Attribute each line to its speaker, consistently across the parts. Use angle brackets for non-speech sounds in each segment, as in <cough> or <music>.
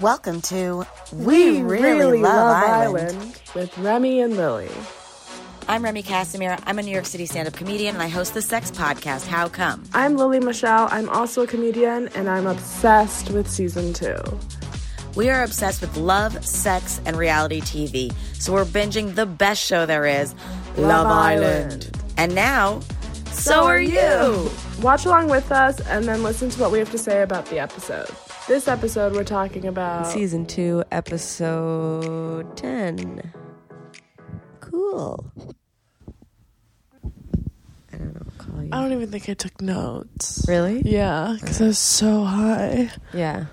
Speaker 1: Welcome to We, really, Love, Island.
Speaker 2: with Remy and Lily.
Speaker 1: I'm Remy Casimir. I'm a New York City stand up comedian and I host the sex podcast, How Come?
Speaker 2: I'm Lily Michelle. I'm also a comedian and I'm obsessed with season two.
Speaker 1: We are obsessed with love, sex, and reality TV. So we're binging the best show there is, Love, Island. And now, so are you.
Speaker 2: Watch along with us and then listen to what we have to say about the episode. This episode, we're talking about
Speaker 3: Season 2, episode 10. Cool. I don't know what to call you.
Speaker 2: I don't even think I took notes.
Speaker 3: Really?
Speaker 2: Oh, Yeah, because I was so high.
Speaker 3: Yeah.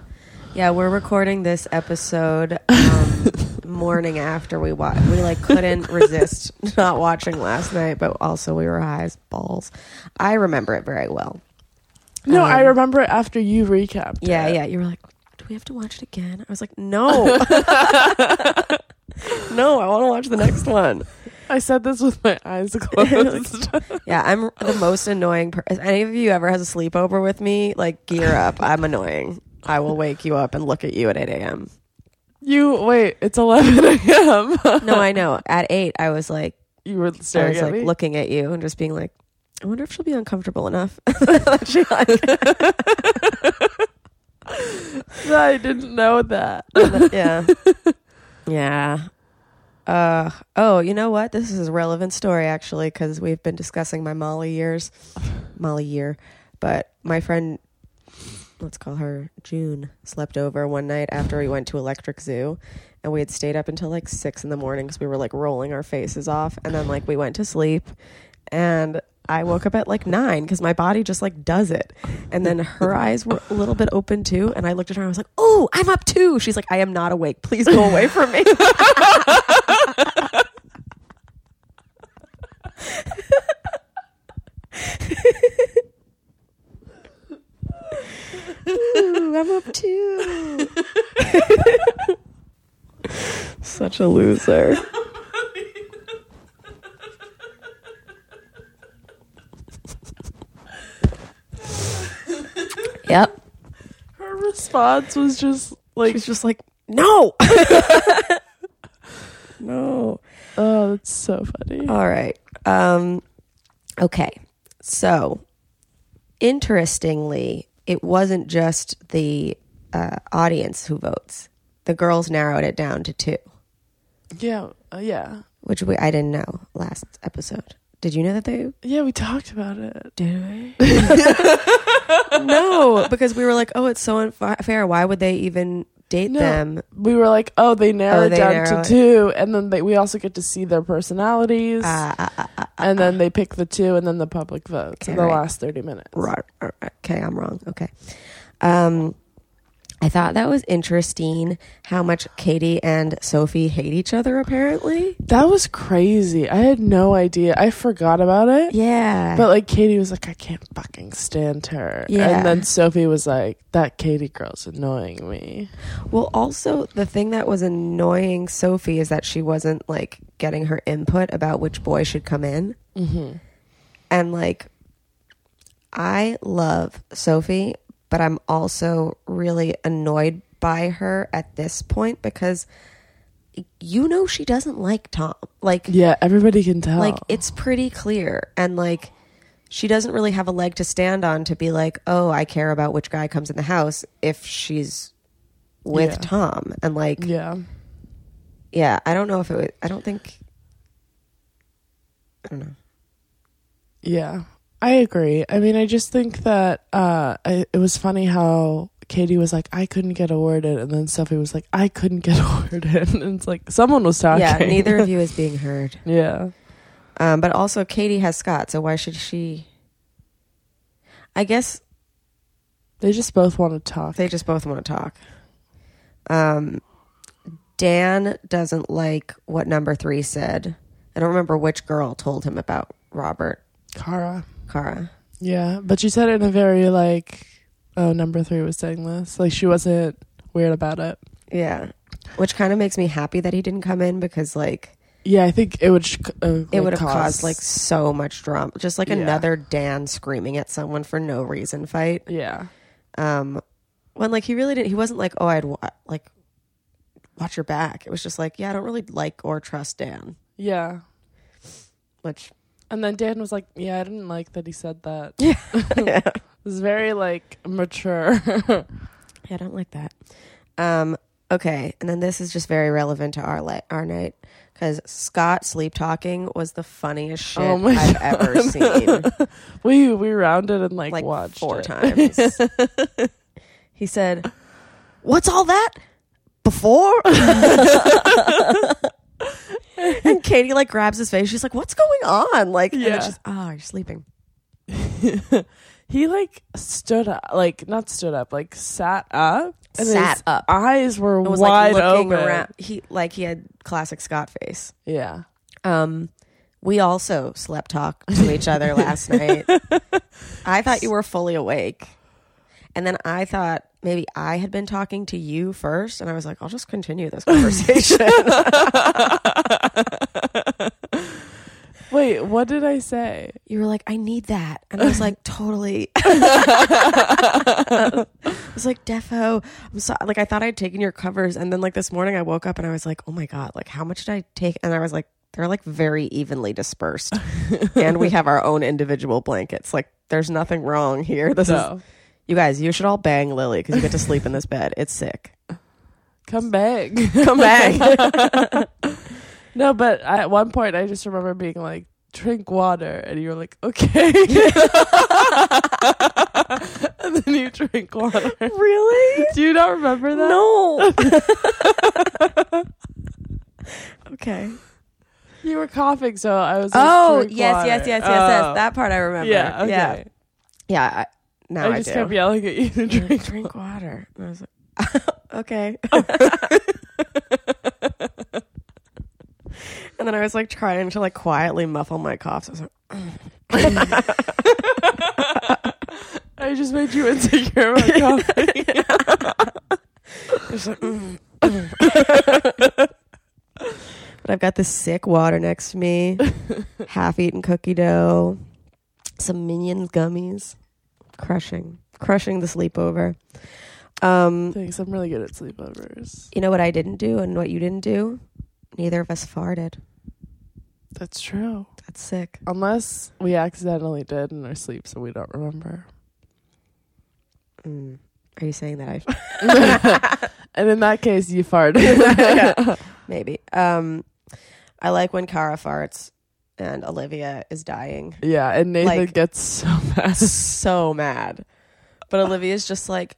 Speaker 3: Yeah, we're recording this episode um, morning after we watched. We like couldn't resist <laughs> not watching last night, but also we were high as balls. I remember it very well.
Speaker 2: No, I remember it after you recapped.
Speaker 3: Um, Yeah,
Speaker 2: it.
Speaker 3: yeah. You were like, do we have to watch it again? I was like, no. <laughs> no, I want to watch the next one.
Speaker 2: I said this with my
Speaker 3: <laughs>
Speaker 2: eyes closed. <laughs>
Speaker 3: Yeah, I'm the most annoying person. Any of you ever has a sleepover with me, like gear up. I'm annoying. I will wake you up and look at you at 8 a.m.
Speaker 2: you wait, it's <laughs> 11 a.m.
Speaker 3: No, I know. At 8, I was like,
Speaker 2: you were
Speaker 3: I
Speaker 2: staring
Speaker 3: was
Speaker 2: at
Speaker 3: like
Speaker 2: me.
Speaker 3: looking at you and just being like, I wonder if she'll be uncomfortable enough. <laughs> That she, like-
Speaker 2: <laughs> I didn't know that.
Speaker 3: yeah. Yeah. Uh, oh, you know what? This is a relevant story actually because we've been discussing my Molly years, Molly year, but my friend, let's call her June, slept over one night after we went to Electric Zoo, and we had stayed up until like six in the morning because we were like rolling our faces off, and then like we went to sleep, and I woke up at like nine because my body just like does it, and then <laughs> her eyes were a little bit open too, and I looked at her and I was like, "Oh, I'm up too." She's like, "I am not awake. Please go away from me." <laughs> Ooh, I'm up too. Such a loser. yep.
Speaker 2: <laughs> Her response was just like,
Speaker 3: She's just like, no. <laughs> no.
Speaker 2: oh, that's so funny.
Speaker 3: All right. Um, okay. So, interestingly, it wasn't just the uh, audience who votes. The girls narrowed it down to two,
Speaker 2: yeah, uh, yeah,
Speaker 3: which we I didn't know last episode. Did you know that they
Speaker 2: yeah. We talked about it.
Speaker 3: did? We? <laughs> no, because we were like, oh, it's so unfair. Why would they even date
Speaker 2: No.
Speaker 3: them?
Speaker 2: We were like, oh, they narrowed
Speaker 3: they
Speaker 2: down
Speaker 3: narrow
Speaker 2: to
Speaker 3: it.
Speaker 2: two, and then they, we also get to see their personalities,
Speaker 3: Uh,
Speaker 2: and then they pick the two, and then the public votes in
Speaker 3: Okay,
Speaker 2: the
Speaker 3: right.
Speaker 2: last thirty minutes.
Speaker 3: Right. right, right. Okay, I'm wrong. Okay. Um, I thought that was interesting how much Katie and Sophie hate each other, apparently.
Speaker 2: That was crazy. I had no idea. I forgot about it.
Speaker 3: Yeah.
Speaker 2: But like Katie was like, I can't fucking stand her.
Speaker 3: Yeah.
Speaker 2: And then Sophie was like, that Katie girl's annoying me.
Speaker 3: well, also, the thing that was annoying Sophie is that she wasn't like getting her input about which boy should come in.
Speaker 2: Mm-hmm.
Speaker 3: And like, I love Sophie, but I'm also really annoyed by her at this point because you know she doesn't like Tom. Like,
Speaker 2: Yeah, everybody can tell.
Speaker 3: Like it's pretty clear and like she doesn't really have a leg to stand on to be like, "Oh, I care about which guy comes in the house if she's with
Speaker 2: Yeah.
Speaker 3: Tom." And like, yeah.
Speaker 2: yeah.
Speaker 3: I don't know if it was, I don't think I don't know.
Speaker 2: Yeah. I agree. I mean, I just think that uh, I, it was funny how Katie was like, I couldn't get a word in. And then Sophie was like, I couldn't get <laughs> a word in. And it's like, someone was talking.
Speaker 3: Yeah, neither
Speaker 2: <laughs>
Speaker 3: of you is being heard.
Speaker 2: yeah.
Speaker 3: Um, but also Katie has Scott, so why should she I guess
Speaker 2: They just both want to talk.
Speaker 3: They just both want to talk. Um, Dan doesn't like what number three said. I don't remember which girl told him about Robert
Speaker 2: Cara.
Speaker 3: Cara.
Speaker 2: Yeah. But she said it in a very, like, oh, number three was saying this. Like, she wasn't weird about it.
Speaker 3: Yeah, which kind of makes me happy that he didn't come in because like
Speaker 2: Yeah, I think it would. sh- Uh,
Speaker 3: it
Speaker 2: like,
Speaker 3: would have
Speaker 2: cause-
Speaker 3: caused like so much drama. Just like
Speaker 2: Yeah.
Speaker 3: another Dan screaming at someone for no reason fight.
Speaker 2: Yeah,
Speaker 3: Um, when like he really didn't. He wasn't like, oh, I'd wa- like watch your back. It was just like, yeah, I don't really like or trust Dan.
Speaker 2: Yeah. <laughs>
Speaker 3: Which <laughs>
Speaker 2: And then Dan was like, "Yeah, I didn't like that he said that."
Speaker 3: yeah,
Speaker 2: It was very like mature. <laughs>
Speaker 3: I don't like that. Um, okay, and then this is just very relevant to our li- our night because Scott sleep talking was the funniest shit
Speaker 2: Oh my
Speaker 3: I've ever seen.
Speaker 2: we we rounded and like,
Speaker 3: like
Speaker 2: watched
Speaker 3: four
Speaker 2: it.
Speaker 3: times. <laughs> he said, "What's all that?" Before, <laughs> and Katie like grabs his face. She's like, "What's going on?" Like, and
Speaker 2: Yeah.
Speaker 3: it's just, "Oh, you're sleeping."
Speaker 2: <laughs> He like stood up, like not stood up, like sat up. And
Speaker 3: Sat
Speaker 2: his
Speaker 3: up.
Speaker 2: Eyes were
Speaker 3: It was
Speaker 2: wide
Speaker 3: like looking
Speaker 2: open.
Speaker 3: around. He like he had classic Scott face.
Speaker 2: Yeah.
Speaker 3: Um, we also slept talk to each other <laughs> last night. I thought you were fully awake, and then I thought maybe I had been talking to you first, and I was like, I'll just continue <laughs> this conversation.
Speaker 2: Wait, what did I say?
Speaker 3: you were like, I need that. And I was like, totally. <laughs> I was like, Defo, I'm sorry. Like, I thought I'd taken your covers. And then, like, this morning I woke up and I was like, oh my God, like, how much did I take? And I was like, they're like very evenly dispersed. and we have our own individual blankets. Like, there's nothing wrong here. This
Speaker 2: No.
Speaker 3: is, you guys, you should all bang Lily because you get to sleep in this bed. It's sick.
Speaker 2: Come back. <laughs>
Speaker 3: Come back.
Speaker 2: no, but I, at one point I just remember being like, drink water. And you were like, okay. <laughs> and then you drink water.
Speaker 3: really?
Speaker 2: Do you not remember that?
Speaker 3: <laughs> No. <laughs> okay.
Speaker 2: You were coughing, so I was like,
Speaker 3: Oh
Speaker 2: drink
Speaker 3: yes,
Speaker 2: water.
Speaker 3: yes, yes, yes,
Speaker 2: Oh.
Speaker 3: yes. That part I remember.
Speaker 2: Yeah, okay.
Speaker 3: yeah, yeah. I, now I,
Speaker 2: I just
Speaker 3: do. <laughs>
Speaker 2: kept yelling at you to drink.
Speaker 3: Drink water. And I was like, <laughs> okay. and then I was like trying to like quietly muffle my coughs. I was like,
Speaker 2: I just made you insecure about
Speaker 3: <laughs>
Speaker 2: coughing.
Speaker 3: I was like, mm, mm. but I've got this sick water next
Speaker 2: <laughs>
Speaker 3: to me, half-eaten cookie dough, some Minions gummies, crushing, crushing the sleepover. Um,
Speaker 2: Thanks, I'm really good at sleepovers.
Speaker 3: You know what I didn't do and what you didn't do? Neither of us farted.
Speaker 2: That's true.
Speaker 3: That's sick.
Speaker 2: Unless we accidentally did in our sleep, so we don't remember.
Speaker 3: Mm. Are you saying <laughs> that I
Speaker 2: And in that case, you farted. <laughs>
Speaker 3: maybe? Um, I like when Kara farts and Olivia is dying.
Speaker 2: yeah, and Nathan
Speaker 3: Like-
Speaker 2: gets so <laughs> mad.
Speaker 3: <laughs> So mad. <laughs> But Olivia's just like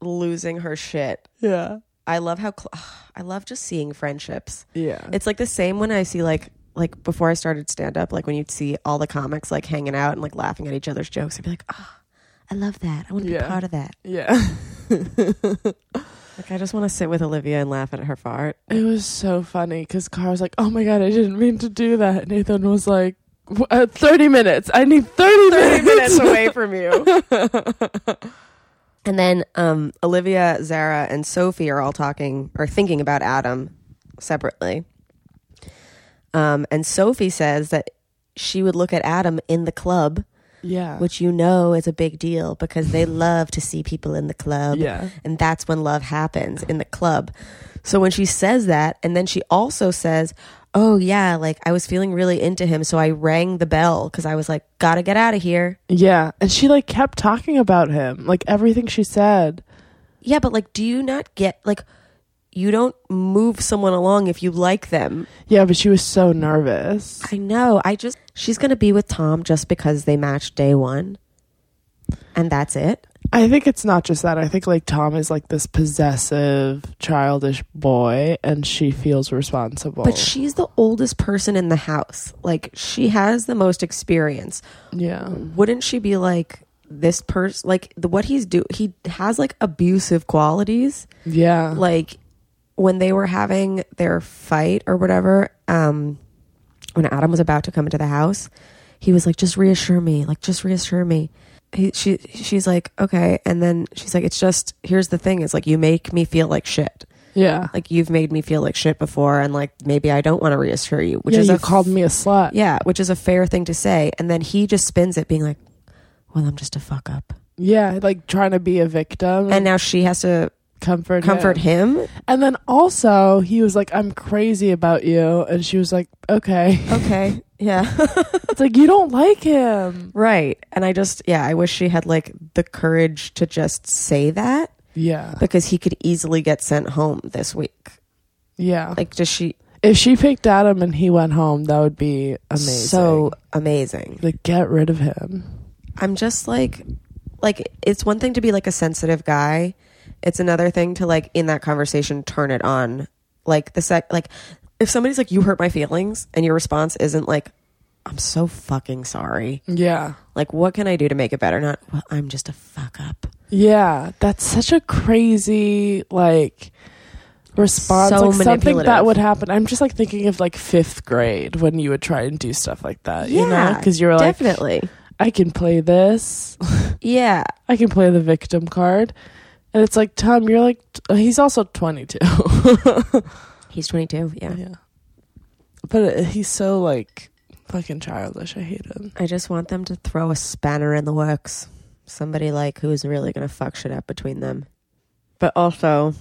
Speaker 3: losing her shit.
Speaker 2: Yeah,
Speaker 3: I love how cl- <sighs> I love just seeing friendships.
Speaker 2: yeah,
Speaker 3: It's like the same when I see like like before I started stand up, like when you'd see all the comics like hanging out and like laughing at each other's jokes, I'd be like, oh, I love that. I want to
Speaker 2: Yeah.
Speaker 3: be part of that.
Speaker 2: yeah.
Speaker 3: Like I just want to sit with Olivia and laugh at her fart.
Speaker 2: It was so funny because Car was like, "Oh my god, I didn't mean to do that." Nathan was like, "W- uh, "30 minutes. I need 30, minutes."
Speaker 3: away from you. and then um, Olivia, Zara, and Sophie are all talking or thinking about Adam separately. Um, and Sophie says that she would look at Adam in the club,
Speaker 2: yeah,
Speaker 3: which you know is a big deal because they love to see people in the club.
Speaker 2: yeah,
Speaker 3: And that's when love happens in the club. So when she says that, and then she also says, Oh, yeah, like I was feeling really into him. So I rang the bell because I was like, Gotta get out of here.
Speaker 2: yeah. And she like kept talking about him, like everything she said.
Speaker 3: Yeah, but like, do you not get, like, you don't move someone along if you like them.
Speaker 2: Yeah, but she was so nervous.
Speaker 3: I know. I just, she's going to be with Tom just because they matched day one. And that's it.
Speaker 2: I think it's not just that. I think like Tom is like this possessive, childish boy, and she feels responsible.
Speaker 3: But she's the oldest person in the house. Like, she has the most experience.
Speaker 2: yeah,
Speaker 3: wouldn't she be like this person like the, what he's do he has like abusive qualities
Speaker 2: yeah,
Speaker 3: like when they were having their fight or whatever um when adam was about to come into the house he was like just reassure me like just reassure me he, she she's like okay and then she's like it's just here's the thing it's like you make me feel like shit
Speaker 2: yeah.
Speaker 3: like you've made me feel like shit before and like maybe i don't want to reassure you which
Speaker 2: yeah,
Speaker 3: is
Speaker 2: you
Speaker 3: a
Speaker 2: called me a slut.
Speaker 3: yeah, which is a fair thing to say. And then he just spins it being like, well, I'm just a fuck up.
Speaker 2: Yeah, like trying to be a victim
Speaker 3: and now she has to
Speaker 2: comfort
Speaker 3: comfort
Speaker 2: him.
Speaker 3: him.
Speaker 2: And then also he was like, "I'm crazy about you," and she was like, "Okay."
Speaker 3: Okay. Yeah.
Speaker 2: <laughs>
Speaker 3: <laughs>
Speaker 2: it's like you don't like him.
Speaker 3: right. And I just yeah, I wish she had like the courage to just say that
Speaker 2: Yeah,
Speaker 3: because he could easily get sent home this week.
Speaker 2: yeah.
Speaker 3: Like does she
Speaker 2: if she picked Adam and he went home, that would be amazing.
Speaker 3: so amazing.
Speaker 2: like, get rid of him.
Speaker 3: I'm just like like it's one thing to be like a sensitive guy. It's another thing to like in that conversation turn it on. Like the sec like if somebody's like you hurt my feelings and your response isn't like I'm so fucking sorry.
Speaker 2: Yeah,
Speaker 3: Like what can I do to make it better? Not well, I'm just a fuck up.
Speaker 2: yeah. That's such a crazy like response.
Speaker 3: So
Speaker 2: like something
Speaker 3: manipulative.
Speaker 2: that would happen. I'm just like thinking of like fifth grade when you would try and do stuff like that. you know, because you're like,
Speaker 3: definitely.
Speaker 2: I can play this. <laughs>
Speaker 3: Yeah.
Speaker 2: I can play the victim card. And it's like, Tom, you're like, t- he's also <laughs> 22.
Speaker 3: <laughs> He's 22. Yeah.
Speaker 2: yeah. But uh, he's so like fucking childish. I hate him.
Speaker 3: I just want them to throw a spanner in the works. Somebody like who is really going to fuck shit up between them. But also,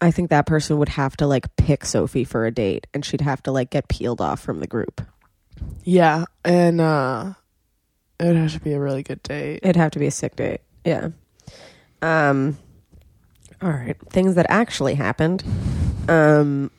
Speaker 3: I think that person would have to like pick Sophie for a date and she'd have to like get peeled off from the group.
Speaker 2: Yeah. And uh it would have to be a really good date.
Speaker 3: It'd have to be a sick date. Yeah. Um, all right. Things that actually happened. Um,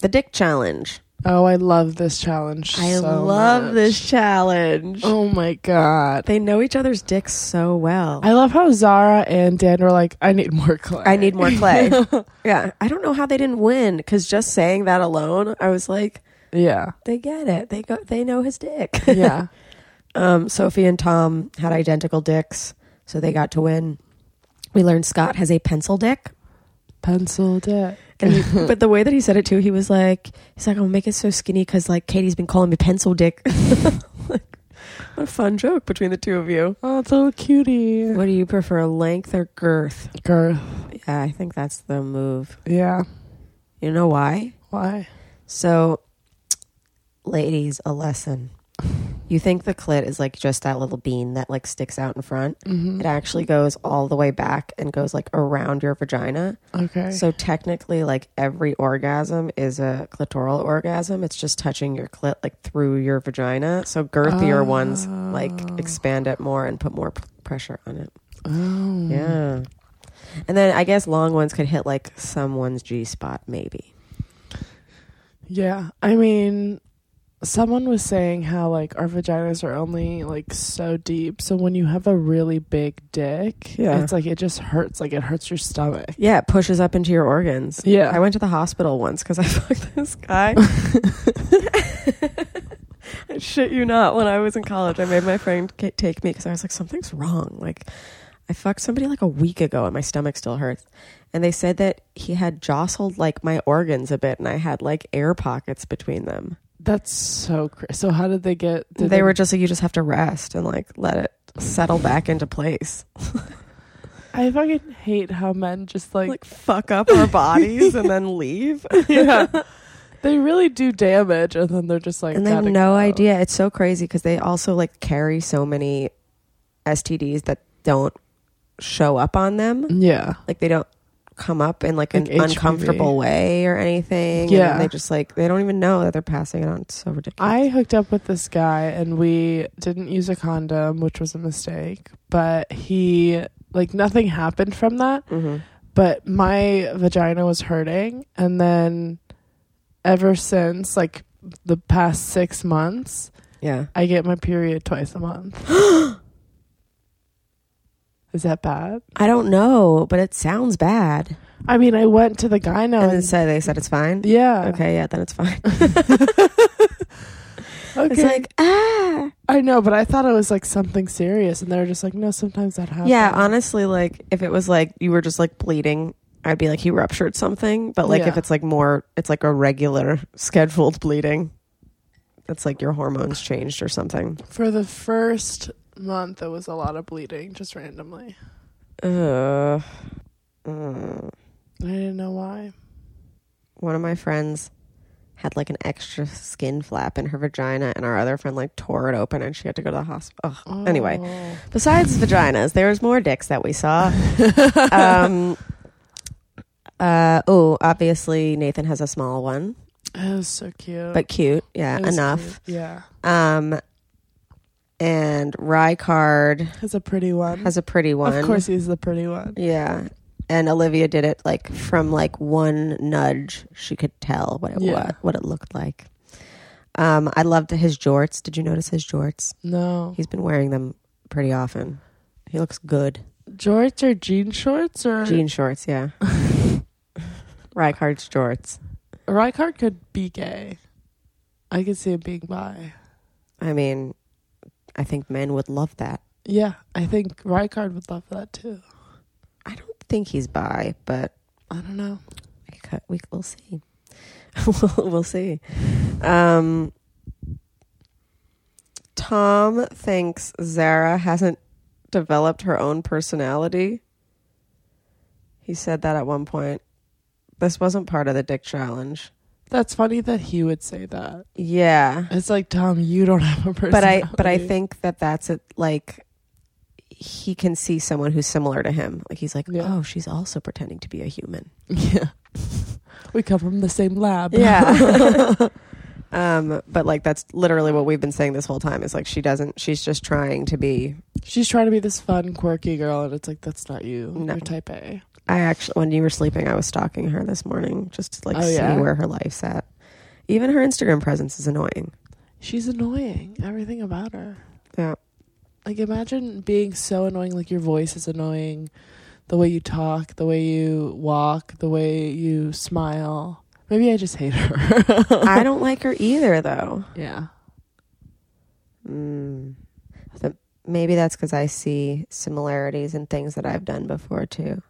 Speaker 3: the dick challenge.
Speaker 2: Oh, I love this challenge.
Speaker 3: I
Speaker 2: so
Speaker 3: love
Speaker 2: much.
Speaker 3: this challenge.
Speaker 2: Oh my God.
Speaker 3: They know each other's dicks so well.
Speaker 2: I love how Zara and Dan were like, I need more clay.
Speaker 3: I need more clay. <laughs> yeah. I don't know how they didn't win because just saying that alone, I was like,
Speaker 2: <laughs> yeah.
Speaker 3: they get it. They go. They know his dick. <laughs>
Speaker 2: Yeah.
Speaker 3: um, Sophie and Tom had identical dicks, so they got to win. We learned Scott has a pencil dick,
Speaker 2: Pencil dick.
Speaker 3: and <laughs> he, but the way that he said it too, he was like, he's like, I'll make it so skinny because like Katie's been calling me pencil dick. <laughs> like, what a fun joke between the two of you.
Speaker 2: Oh, it's a little cutie.
Speaker 3: What do you prefer, length or girth?
Speaker 2: Girl.
Speaker 3: Yeah, I think that's the move.
Speaker 2: Yeah.
Speaker 3: You know why?
Speaker 2: Why?
Speaker 3: So, ladies, a lesson. You think the clit is like just that little bean that like sticks out in front.
Speaker 2: Mm-hmm.
Speaker 3: It actually goes all the way back and goes like around your vagina.
Speaker 2: Okay.
Speaker 3: So, technically, like every orgasm is a clitoral orgasm. It's just touching your clit like through your vagina. So, girthier ones
Speaker 2: Oh.
Speaker 3: like expand it more and put more p- pressure on it.
Speaker 2: Oh.
Speaker 3: Yeah. And then I guess long ones could hit like someone's G spot, maybe.
Speaker 2: Yeah. I mean, someone was saying how like our vaginas are only like so deep. So when you have a really big dick,
Speaker 3: Yeah.
Speaker 2: it's like it just hurts. Like it hurts your stomach.
Speaker 3: Yeah, it pushes up into your organs.
Speaker 2: Yeah.
Speaker 3: I went to the hospital once because I <laughs> fucked this
Speaker 2: <laughs>
Speaker 3: guy. I shit you not. When I was in college, I made my friend ca- take me because I was like, something's wrong. Like, I fucked somebody like a week ago and my stomach still hurts. And they said that he had jostled like my organs a bit and I had like air pockets between them.
Speaker 2: That's so crazy. So how did they get?
Speaker 3: They,
Speaker 2: Did they
Speaker 3: were just like, you just have to rest and like let it settle back into place.
Speaker 2: I fucking hate how men just like,
Speaker 3: Like, fuck up
Speaker 2: <laughs>
Speaker 3: our bodies and then leave.
Speaker 2: yeah, they really do damage, and then they're just like
Speaker 3: and they have
Speaker 2: gotta
Speaker 3: no
Speaker 2: go.
Speaker 3: idea. It's so crazy because they also like carry so many STDs that don't show up on them.
Speaker 2: Yeah.
Speaker 3: Like they don't come up in like,
Speaker 2: Mm. Like
Speaker 3: an
Speaker 2: HPV.
Speaker 3: uncomfortable way or anything. And
Speaker 2: Yeah.
Speaker 3: then they just like they don't even know that they're passing it on. It's so ridiculous.
Speaker 2: I hooked up with this guy and we didn't use a condom, which was a mistake, but he like nothing happened from that,
Speaker 3: Mhm.
Speaker 2: but my vagina was hurting and then ever since like the past 6 months,
Speaker 3: Yeah.
Speaker 2: I get my period twice a
Speaker 3: <gasps>
Speaker 2: month. Is that bad?
Speaker 3: I don't know, but it sounds bad.
Speaker 2: I mean, I went to the guy now
Speaker 3: and then
Speaker 2: and
Speaker 3: said they said it's fine.
Speaker 2: Um, yeah.
Speaker 3: Okay, yeah, then it's fine. <laughs>
Speaker 2: Okay.
Speaker 3: It's like ah,
Speaker 2: I know, but I thought it was like something serious and they were just like, "No, sometimes that happens."
Speaker 3: yeah. Honestly, like if it was like you were just like bleeding, I'd be like he ruptured something. But like
Speaker 2: Yeah.
Speaker 3: if it's like more, it's like a regular <laughs> scheduled bleeding. It's like your hormones changed or something.
Speaker 2: For the first month, it was a lot of bleeding, just randomly.
Speaker 3: Uh, mm.
Speaker 2: I didn't know why.
Speaker 3: one of my friends had like an extra skin flap in her vagina, and our other friend like tore it open, and she had to go to the hospital. Ugh.
Speaker 2: Oh.
Speaker 3: Anyway, besides vaginas, there was more dicks that
Speaker 2: <laughs>
Speaker 3: we saw. um, uh, oh, obviously Nathan has a small one,
Speaker 2: It was so cute.
Speaker 3: but cute. Yeah,
Speaker 2: It was
Speaker 3: enough.
Speaker 2: cute. Yeah.
Speaker 3: Um, and Rycard
Speaker 2: Has a pretty one.
Speaker 3: has a pretty one.
Speaker 2: Of course, he's the pretty one.
Speaker 3: Yeah. And Olivia did it like from like one nudge, she could tell what it
Speaker 2: Yeah.
Speaker 3: was, what it looked like. Um, I loved his jorts. Did you notice his jorts?
Speaker 2: No.
Speaker 3: He's been wearing them pretty often. He looks good.
Speaker 2: Jorts or jean shorts or
Speaker 3: Jean shorts, yeah. Reichardt's jorts.
Speaker 2: Reichardt could be gay. I could see him being bi.
Speaker 3: I mean, I think men would love that.
Speaker 2: Yeah, I think Reichardt would love that too.
Speaker 3: I don't think he's bi, but
Speaker 2: I don't know.
Speaker 3: I cou- we we'll see. <laughs> we'll, we'll see. Um, Tom thinks Zara hasn't developed her own personality. He said that at one point. This wasn't part of the dick challenge.
Speaker 2: That's funny that he would say that.
Speaker 3: Yeah.
Speaker 2: It's like Tom, you don't have a person.
Speaker 3: But I but I think that that's it like he can see someone who's similar to him. Like he's like,
Speaker 2: Yeah.
Speaker 3: "Oh, she's also pretending to be a human."
Speaker 2: <laughs> yeah, we come from the same lab.
Speaker 3: Yeah. <laughs> um, but like that's literally what we've been saying this whole time is like she doesn't she's just trying to be
Speaker 2: <laughs> she's trying to be this fun, quirky girl, and it's like that's not you.
Speaker 3: No.
Speaker 2: You're type A.
Speaker 3: I actually when you were sleeping I was stalking her this morning just to like
Speaker 2: Oh,
Speaker 3: see
Speaker 2: yeah?
Speaker 3: where her life's at. Even her Instagram presence is annoying. <laughs>
Speaker 2: She's annoying. Everything about her.
Speaker 3: Yeah.
Speaker 2: Like imagine being so annoying. Like your voice is annoying, the way you talk, the way you walk, the way you smile. Maybe I just hate her.
Speaker 3: <laughs> I don't like her either though.
Speaker 2: yeah.
Speaker 3: Mm. So maybe that's cuz I see similarities in things that I've done before too.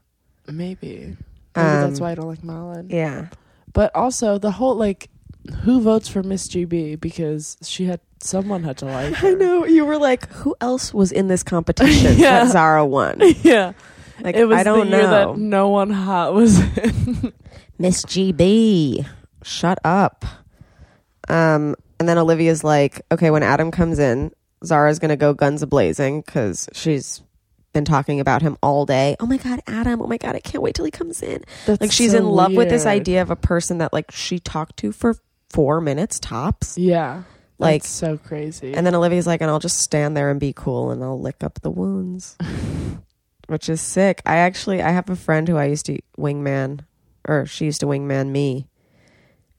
Speaker 2: Maybe. Maybe
Speaker 3: Um,
Speaker 2: that's why I don't like Malin.
Speaker 3: Yeah.
Speaker 2: But also the whole like, who votes for Miss GB because she had someone had to like. Her.
Speaker 3: <laughs> I know you were like who else was in this
Speaker 2: <laughs>
Speaker 3: competition
Speaker 2: Yeah.
Speaker 3: that Zara
Speaker 2: <laughs>
Speaker 3: won?
Speaker 2: <laughs> yeah,
Speaker 3: Like
Speaker 2: it was
Speaker 3: I don't
Speaker 2: the year
Speaker 3: know.
Speaker 2: that no one hot <laughs> was in.
Speaker 3: Miss GB, shut up. Um, and then Olivia's like, okay, when Adam comes in, Zara's gonna go guns a blazing because she's been talking about him all day. Oh my god, Adam! Oh my god, I can't wait till he comes in.
Speaker 2: That's
Speaker 3: Like she's
Speaker 2: so
Speaker 3: in love with this
Speaker 2: weird.
Speaker 3: idea of a person that like she talked to for four minutes tops.
Speaker 2: Yeah,
Speaker 3: Like-
Speaker 2: like so crazy.
Speaker 3: And then Olivia's like, and I'll just stand there and be cool and I'll lick up the wounds, which is sick. I actually, I have a friend who I used to wingman, or she used to wingman me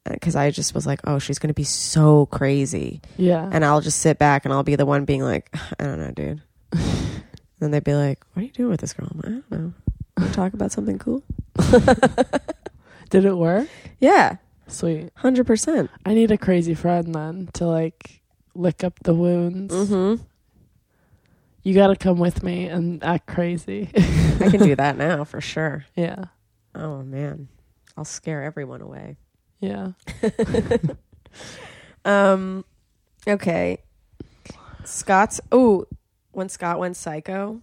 Speaker 3: because I just was like, oh, she's going to be so crazy.
Speaker 2: yeah,
Speaker 3: And I'll just sit back and I'll be the one being like, <sighs> I don't know, dude. and they'd be like, what are you doing with this girl? I'm like, I don't know. Wanna Talk about something cool?
Speaker 2: did it work?
Speaker 3: Yeah,
Speaker 2: Sweet.
Speaker 3: 100%.
Speaker 2: I need a crazy friend then to like lick up the wounds.
Speaker 3: Mm-hmm.
Speaker 2: You got to come with me and act crazy.
Speaker 3: I can do that <laughs> now for sure.
Speaker 2: <laughs> yeah.
Speaker 3: Oh, man. I'll scare everyone away.
Speaker 2: Yeah.
Speaker 3: Um, okay. Scott's oh, when Scott went psycho.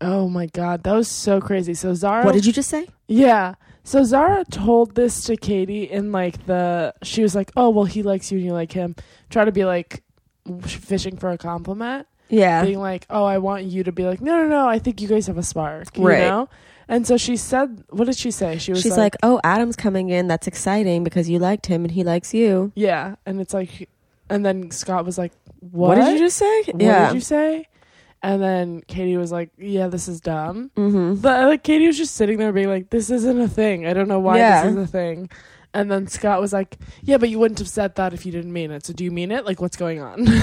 Speaker 2: Oh my god, that was so crazy. So Zara
Speaker 3: you just say?
Speaker 2: Yeah. So Zara told this to Katie in like the she was like, "Oh, well he likes you and you like him." Try to be like fishing for a compliment.
Speaker 3: Yeah,
Speaker 2: being like, "Oh, I want you to be like, no, no, no, I think you guys have a spark," you
Speaker 3: Right.
Speaker 2: know. And so she said, "What did she say?" She was
Speaker 3: she's like, "Oh, Adam's coming in. That's exciting because you liked him and he likes you."
Speaker 2: "Yeah," and it's like, and then Scott was like, "What,
Speaker 3: did you just say?
Speaker 2: What
Speaker 3: yeah.
Speaker 2: did you say?" And then Katie was like, "Yeah, this is dumb."
Speaker 3: mm-hmm.
Speaker 2: But like Katie was just sitting there being like, "This isn't a thing. I don't know why
Speaker 3: Yeah.
Speaker 2: this is a thing." And then Scott was like, "Yeah, but you wouldn't have said that if you didn't mean it. So do you mean it? Like, what's going on?" <laughs>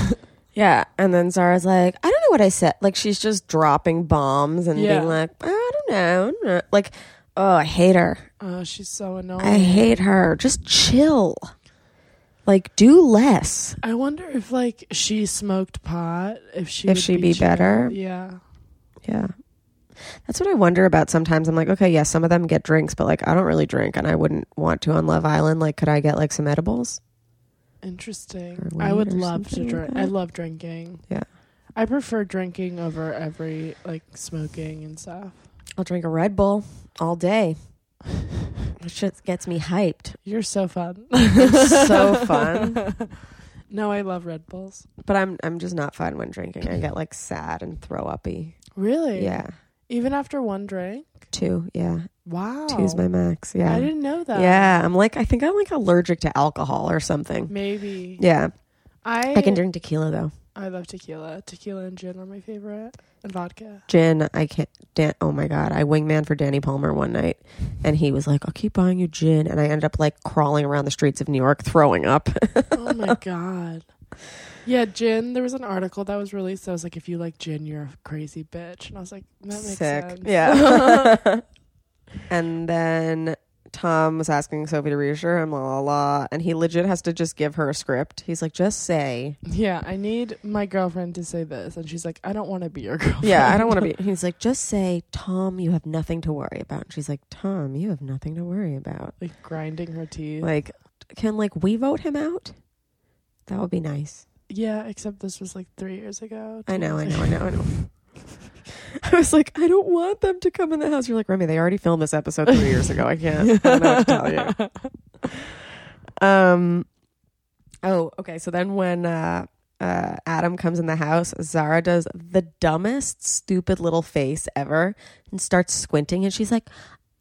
Speaker 3: Yeah, and then Zara's like, "I don't know what I said." Like she's just dropping bombs and
Speaker 2: Yeah.
Speaker 3: being like, "I don't know." I don't know." Like, oh, I hate her.
Speaker 2: oh, she's so annoying.
Speaker 3: I hate her. Just chill. Like, do less.
Speaker 2: I wonder if like she smoked pot, if she
Speaker 3: If
Speaker 2: would
Speaker 3: she'd be
Speaker 2: chill.
Speaker 3: better.
Speaker 2: Yeah,
Speaker 3: Yeah. That's what I wonder about sometimes. I'm like, okay, yeah, some of them get drinks, but like I don't really drink and I wouldn't want to on Love Island. Like, could I get like some edibles?
Speaker 2: interesting.
Speaker 3: Or
Speaker 2: I would
Speaker 3: weed or
Speaker 2: love to
Speaker 3: something like
Speaker 2: drink.
Speaker 3: that.
Speaker 2: I love drinking.
Speaker 3: Yeah.
Speaker 2: I prefer drinking over every like smoking and stuff.
Speaker 3: <laughs> I'll drink a Red Bull all day. That shit gets me hyped.
Speaker 2: You're so fun.
Speaker 3: It's <laughs> so fun.
Speaker 2: <laughs> no, I love Red Bulls.
Speaker 3: But I'm I'm just not fun when drinking. I get like sad and throw uppy.
Speaker 2: Really?
Speaker 3: Yeah.
Speaker 2: Even after one drink?
Speaker 3: Two. Yeah.
Speaker 2: Wow.
Speaker 3: Two's my max. Yeah.
Speaker 2: I didn't know that.
Speaker 3: Yeah. I'm like I think I'm like allergic to alcohol or something.
Speaker 2: Maybe.
Speaker 3: Yeah.
Speaker 2: I
Speaker 3: I can drink tequila though.
Speaker 2: I love tequila. Tequila and gin are my favorite, and vodka.
Speaker 3: Gin, I can't. Dan, oh my god, I wingman for Danny Palmer one night, and he was like, "I'll keep buying you gin," and I ended up like crawling around the streets of New York, throwing up.
Speaker 2: Oh my god. Yeah, gin. There was an article that was released that was like, if you like gin, you're a crazy bitch. And I was like, that makes sense.
Speaker 3: <laughs> Yeah. and then Tom was asking Sophie to reassure him, la la la, and he legit has to just give her a script. He's like, "Just say."
Speaker 2: <laughs> Yeah, I need my girlfriend to say this. And she's like, I don't want to be your <laughs> girlfriend.
Speaker 3: Yeah, I don't want to be. He's like, just say, Tom, you have nothing to worry about. And she's like, Tom, you have nothing to worry about.
Speaker 2: Like grinding her teeth.
Speaker 3: Like, can like we vote him out? That would be nice.
Speaker 2: yeah, except this was like three years ago.
Speaker 3: I
Speaker 2: two
Speaker 3: know, I
Speaker 2: years <laughs>
Speaker 3: know, I
Speaker 2: ago.
Speaker 3: know, I know. <laughs> I was like, I don't want them to come in the house. You're like, Remy, they already filmed this episode three years ago. I can't. I don't know what to tell <laughs> you. Um. Oh, okay. So then when uh, uh, Adam comes in the house, Zara does the dumbest, stupid little face ever and starts squinting, and she's <laughs> like,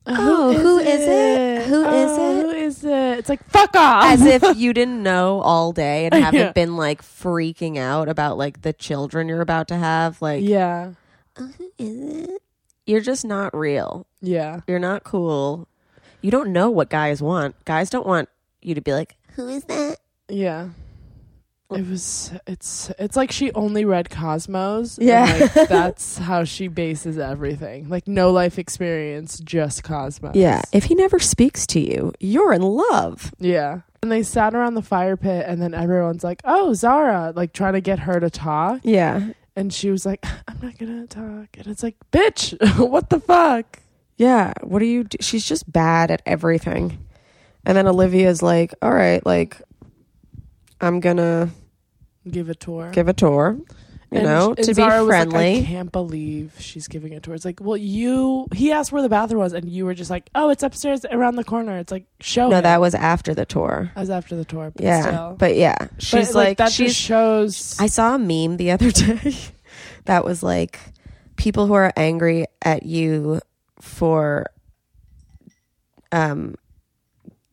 Speaker 3: Oh, who is it? Who
Speaker 2: Who is Oh,
Speaker 3: is it?
Speaker 2: Who is it? It's like, fuck off.
Speaker 3: as
Speaker 2: <laughs>
Speaker 3: if you didn't know all day <laughs> and haven't
Speaker 2: Yeah.
Speaker 3: been like freaking out about like the children you're about to have. Like,
Speaker 2: yeah.
Speaker 4: Uh,
Speaker 3: you're just not real.
Speaker 2: Yeah.
Speaker 3: You're not cool. You don't know what guys want. Guys don't want you to be like, who is that?
Speaker 2: Yeah. It was it's it's like she only read Cosmos. and,
Speaker 3: Yeah. <laughs>
Speaker 2: like, that's how she bases everything. Like no life experience, just Cosmos.
Speaker 3: Yeah. If he never speaks to you, you're in love.
Speaker 2: Yeah. And they sat around the fire pit and then everyone's like, Oh, Zara, like trying to get her to talk
Speaker 3: Yeah.
Speaker 2: and she was like, <laughs> I'm not gonna talk and it's like, Bitch, <laughs> what the fuck?
Speaker 3: Yeah. What do you do? She's just bad at everything. And then Olivia's like, all right, like, I'm going to
Speaker 2: Give a tour.
Speaker 3: give a tour, you
Speaker 2: And-
Speaker 3: know,
Speaker 2: and
Speaker 3: to
Speaker 2: Zara
Speaker 3: be
Speaker 2: was like,
Speaker 3: friendly.
Speaker 2: I can't believe she's giving it to her. It's like, well, you. He asked where the bathroom was, and you were just like, "Oh, it's upstairs around the corner." It's like, show.
Speaker 3: no,
Speaker 2: him.
Speaker 3: that was after the tour.
Speaker 2: I was after the tour. But
Speaker 3: Yeah.
Speaker 2: still.
Speaker 3: But yeah, she's
Speaker 2: But,
Speaker 3: like,
Speaker 2: that
Speaker 3: she's
Speaker 2: just shows.
Speaker 3: I saw a meme the other <laughs> day that was like people who are angry at you for um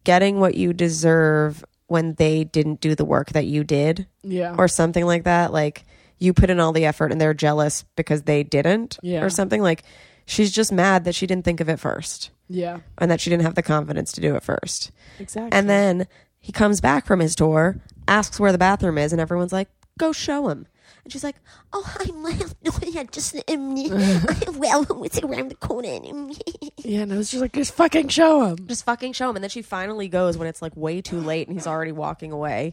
Speaker 3: getting what you deserve when they didn't do the work that you did
Speaker 2: yeah,
Speaker 3: or something like that like you put in all the effort and they're jealous because they didn't
Speaker 2: Yeah.
Speaker 3: or something like she's just mad that she didn't think of it first
Speaker 2: yeah,
Speaker 3: and that she didn't have the confidence to do it first
Speaker 2: exactly.
Speaker 3: and then he comes back from his tour, asks where the bathroom is, and everyone's like, go show him. And she's like,
Speaker 4: Oh, I'm <laughs> no, yeah, just um,
Speaker 1: <laughs>
Speaker 4: I- well, <laughs> it's around the corner. Um,
Speaker 2: yeah, and I was just like, just fucking show him.
Speaker 3: just fucking show him. And then she finally goes when it's like way too late and he's already walking away.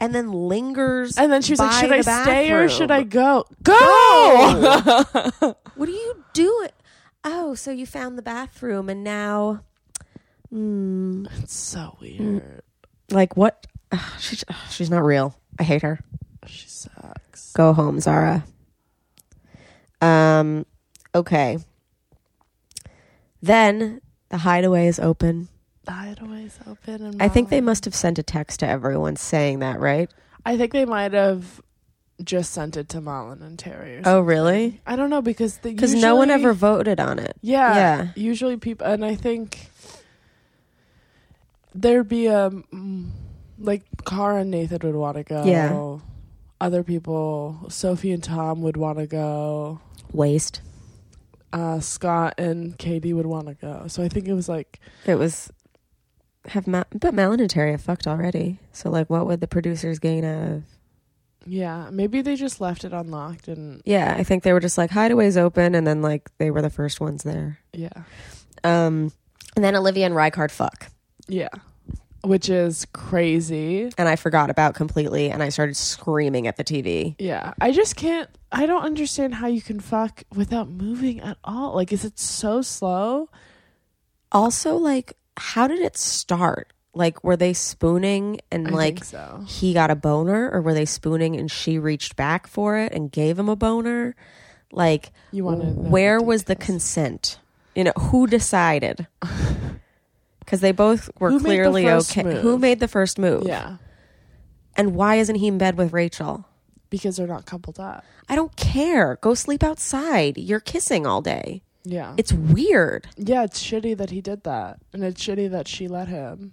Speaker 3: And then lingers.
Speaker 2: And then she was like,
Speaker 3: by
Speaker 2: should
Speaker 3: the
Speaker 2: I stay or
Speaker 3: bathroom.
Speaker 2: should I go?
Speaker 3: <laughs>
Speaker 2: Go.
Speaker 3: What do you do? Oh, so you found the bathroom and now. Hmm.
Speaker 2: it's so weird.
Speaker 3: like, what? Ugh, she, ugh, she's not real. I hate her.
Speaker 2: She sucks.
Speaker 3: Go home, Zara. Um, okay. Then the hideaway is open.
Speaker 2: Hideaway's open. And
Speaker 3: I think they
Speaker 2: Molly-
Speaker 3: must have sent a text to everyone saying that, right?
Speaker 2: I think they might have just sent it to Malin and Terry. Or
Speaker 3: Oh, really?
Speaker 2: I don't know because the
Speaker 3: Because no one
Speaker 2: usually-
Speaker 3: ever voted on it.
Speaker 2: Yeah,
Speaker 3: Yeah.
Speaker 2: Usually people, and I think there'd be a mm, like Cara and Nathan would want to go.
Speaker 3: Yeah.
Speaker 2: Other people, Sophie and Tom would want to go.
Speaker 3: Waste.
Speaker 2: Uh, Scott and Katie would want to go. So I think it was like
Speaker 3: It was. Have Ma- but Malin and Terry have fucked already. So like, what would the producers gain out of?
Speaker 2: yeah, maybe they just left it unlocked and
Speaker 3: Yeah, I think they were just like hideaways open, and then like they were the first ones there.
Speaker 2: yeah,
Speaker 3: Um, and then Olivia and Rykard fuck.
Speaker 2: yeah, which is crazy.
Speaker 3: and I forgot about completely, and I started screaming at the TV.
Speaker 2: Yeah, I just can't. I don't understand how you can fuck without moving at all. Like, is it so slow?
Speaker 3: Also, like, how did it start? Like, were they spooning and
Speaker 2: I
Speaker 3: like
Speaker 2: think so.
Speaker 3: he got a boner, or were they spooning and she reached back for it and gave him a boner? Like,
Speaker 2: You want to know
Speaker 3: where
Speaker 2: the
Speaker 3: was the
Speaker 2: details. <laughs>
Speaker 3: consent? You know, who decided? because they both were
Speaker 2: Who made the
Speaker 3: clearly
Speaker 2: first
Speaker 3: okay.
Speaker 2: move?
Speaker 3: Who made the first move?
Speaker 2: Yeah.
Speaker 3: And why isn't he in bed with Rachel?
Speaker 2: Because they're not coupled up.
Speaker 3: I don't care. Go sleep outside. You're kissing all day.
Speaker 2: Yeah.
Speaker 3: It's weird.
Speaker 2: yeah, it's shitty that he did that. And it's shitty that she let him.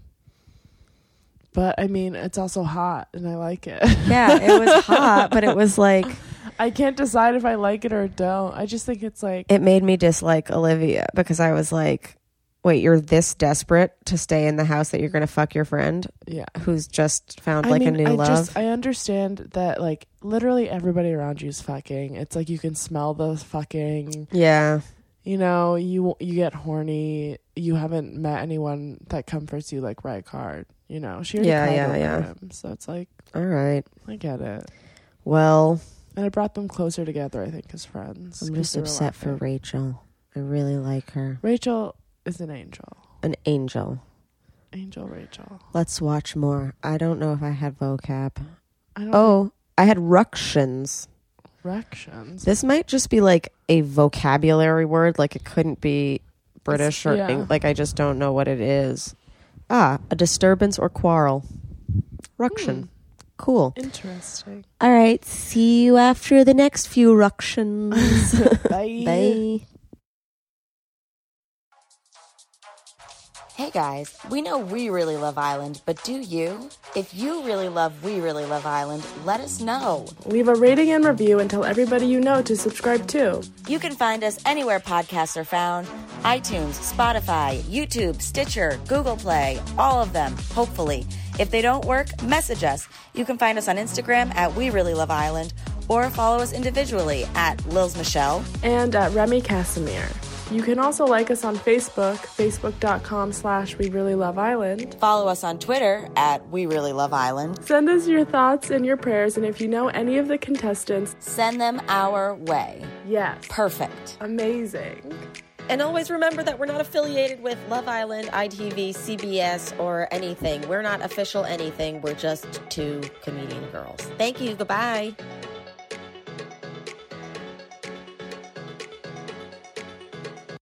Speaker 2: But I mean, it's also hot and I like it. <laughs>
Speaker 3: Yeah, it was hot, but it was like
Speaker 2: I can't decide if I like it or don't. I just think it's like
Speaker 3: it made me dislike Olivia because I was like, wait, you're this desperate to stay in the house that you're going to fuck your friend
Speaker 2: yeah.
Speaker 3: who's just found
Speaker 2: I
Speaker 3: like
Speaker 2: mean,
Speaker 3: a new
Speaker 2: I
Speaker 3: love.
Speaker 2: Just, I understand that like literally everybody around you is fucking. It's like you can smell the fucking.
Speaker 3: yeah.
Speaker 2: You know, you you get horny. You haven't met anyone that comforts you like Rye Card. You know, she already
Speaker 3: Yeah,
Speaker 2: cried
Speaker 3: yeah,
Speaker 2: over
Speaker 3: yeah.
Speaker 2: him, so it's like
Speaker 3: All right.
Speaker 2: I get it.
Speaker 3: Well,
Speaker 2: And it brought them closer together, I think, as friends.
Speaker 3: I'm
Speaker 2: 'cause
Speaker 3: just
Speaker 2: they were
Speaker 3: upset for
Speaker 2: laughing.
Speaker 3: Rachel. I really like her.
Speaker 2: Rachel is an angel.
Speaker 3: An angel.
Speaker 2: Angel Rachel.
Speaker 3: Let's watch more. I don't know if I had vocab.
Speaker 2: I don't know.
Speaker 3: Oh, I had ructions.
Speaker 2: Directions.
Speaker 3: This might just be like a vocabulary word. Like it couldn't be British or
Speaker 2: yeah.
Speaker 3: Eng- like I just don't know what it is. Ah, a disturbance or quarrel.
Speaker 2: Hmm.
Speaker 3: Ruction. Cool.
Speaker 2: Interesting.
Speaker 3: All right. See you after the next few ructions.
Speaker 2: <laughs> Bye.
Speaker 3: <laughs> Bye.
Speaker 1: Hey guys, we know we really love Island, but do you? If you really love We Really Love Island, let us know.
Speaker 5: Leave a rating and review and tell everybody you know to subscribe too.
Speaker 1: You can find us anywhere podcasts are found iTunes, Spotify, YouTube, Stitcher, Google Play, all of them, hopefully. If they don't work, message us. You can find us on Instagram at We Really Love Island or follow us individually at Lils Michelle.
Speaker 5: And at Remy Casimir. You can also like us on Facebook, facebook.com slash we really love island.
Speaker 1: Follow us on Twitter at We Really Love Island.
Speaker 5: Send us your thoughts and your prayers, and if you know any of the contestants,
Speaker 1: Send them our way.
Speaker 5: yes.
Speaker 1: Perfect.
Speaker 5: Amazing.
Speaker 1: And always remember that we're not affiliated with Love Island, ITV, CBS, or anything. We're not official anything. We're just two comedian girls. Thank you. Goodbye.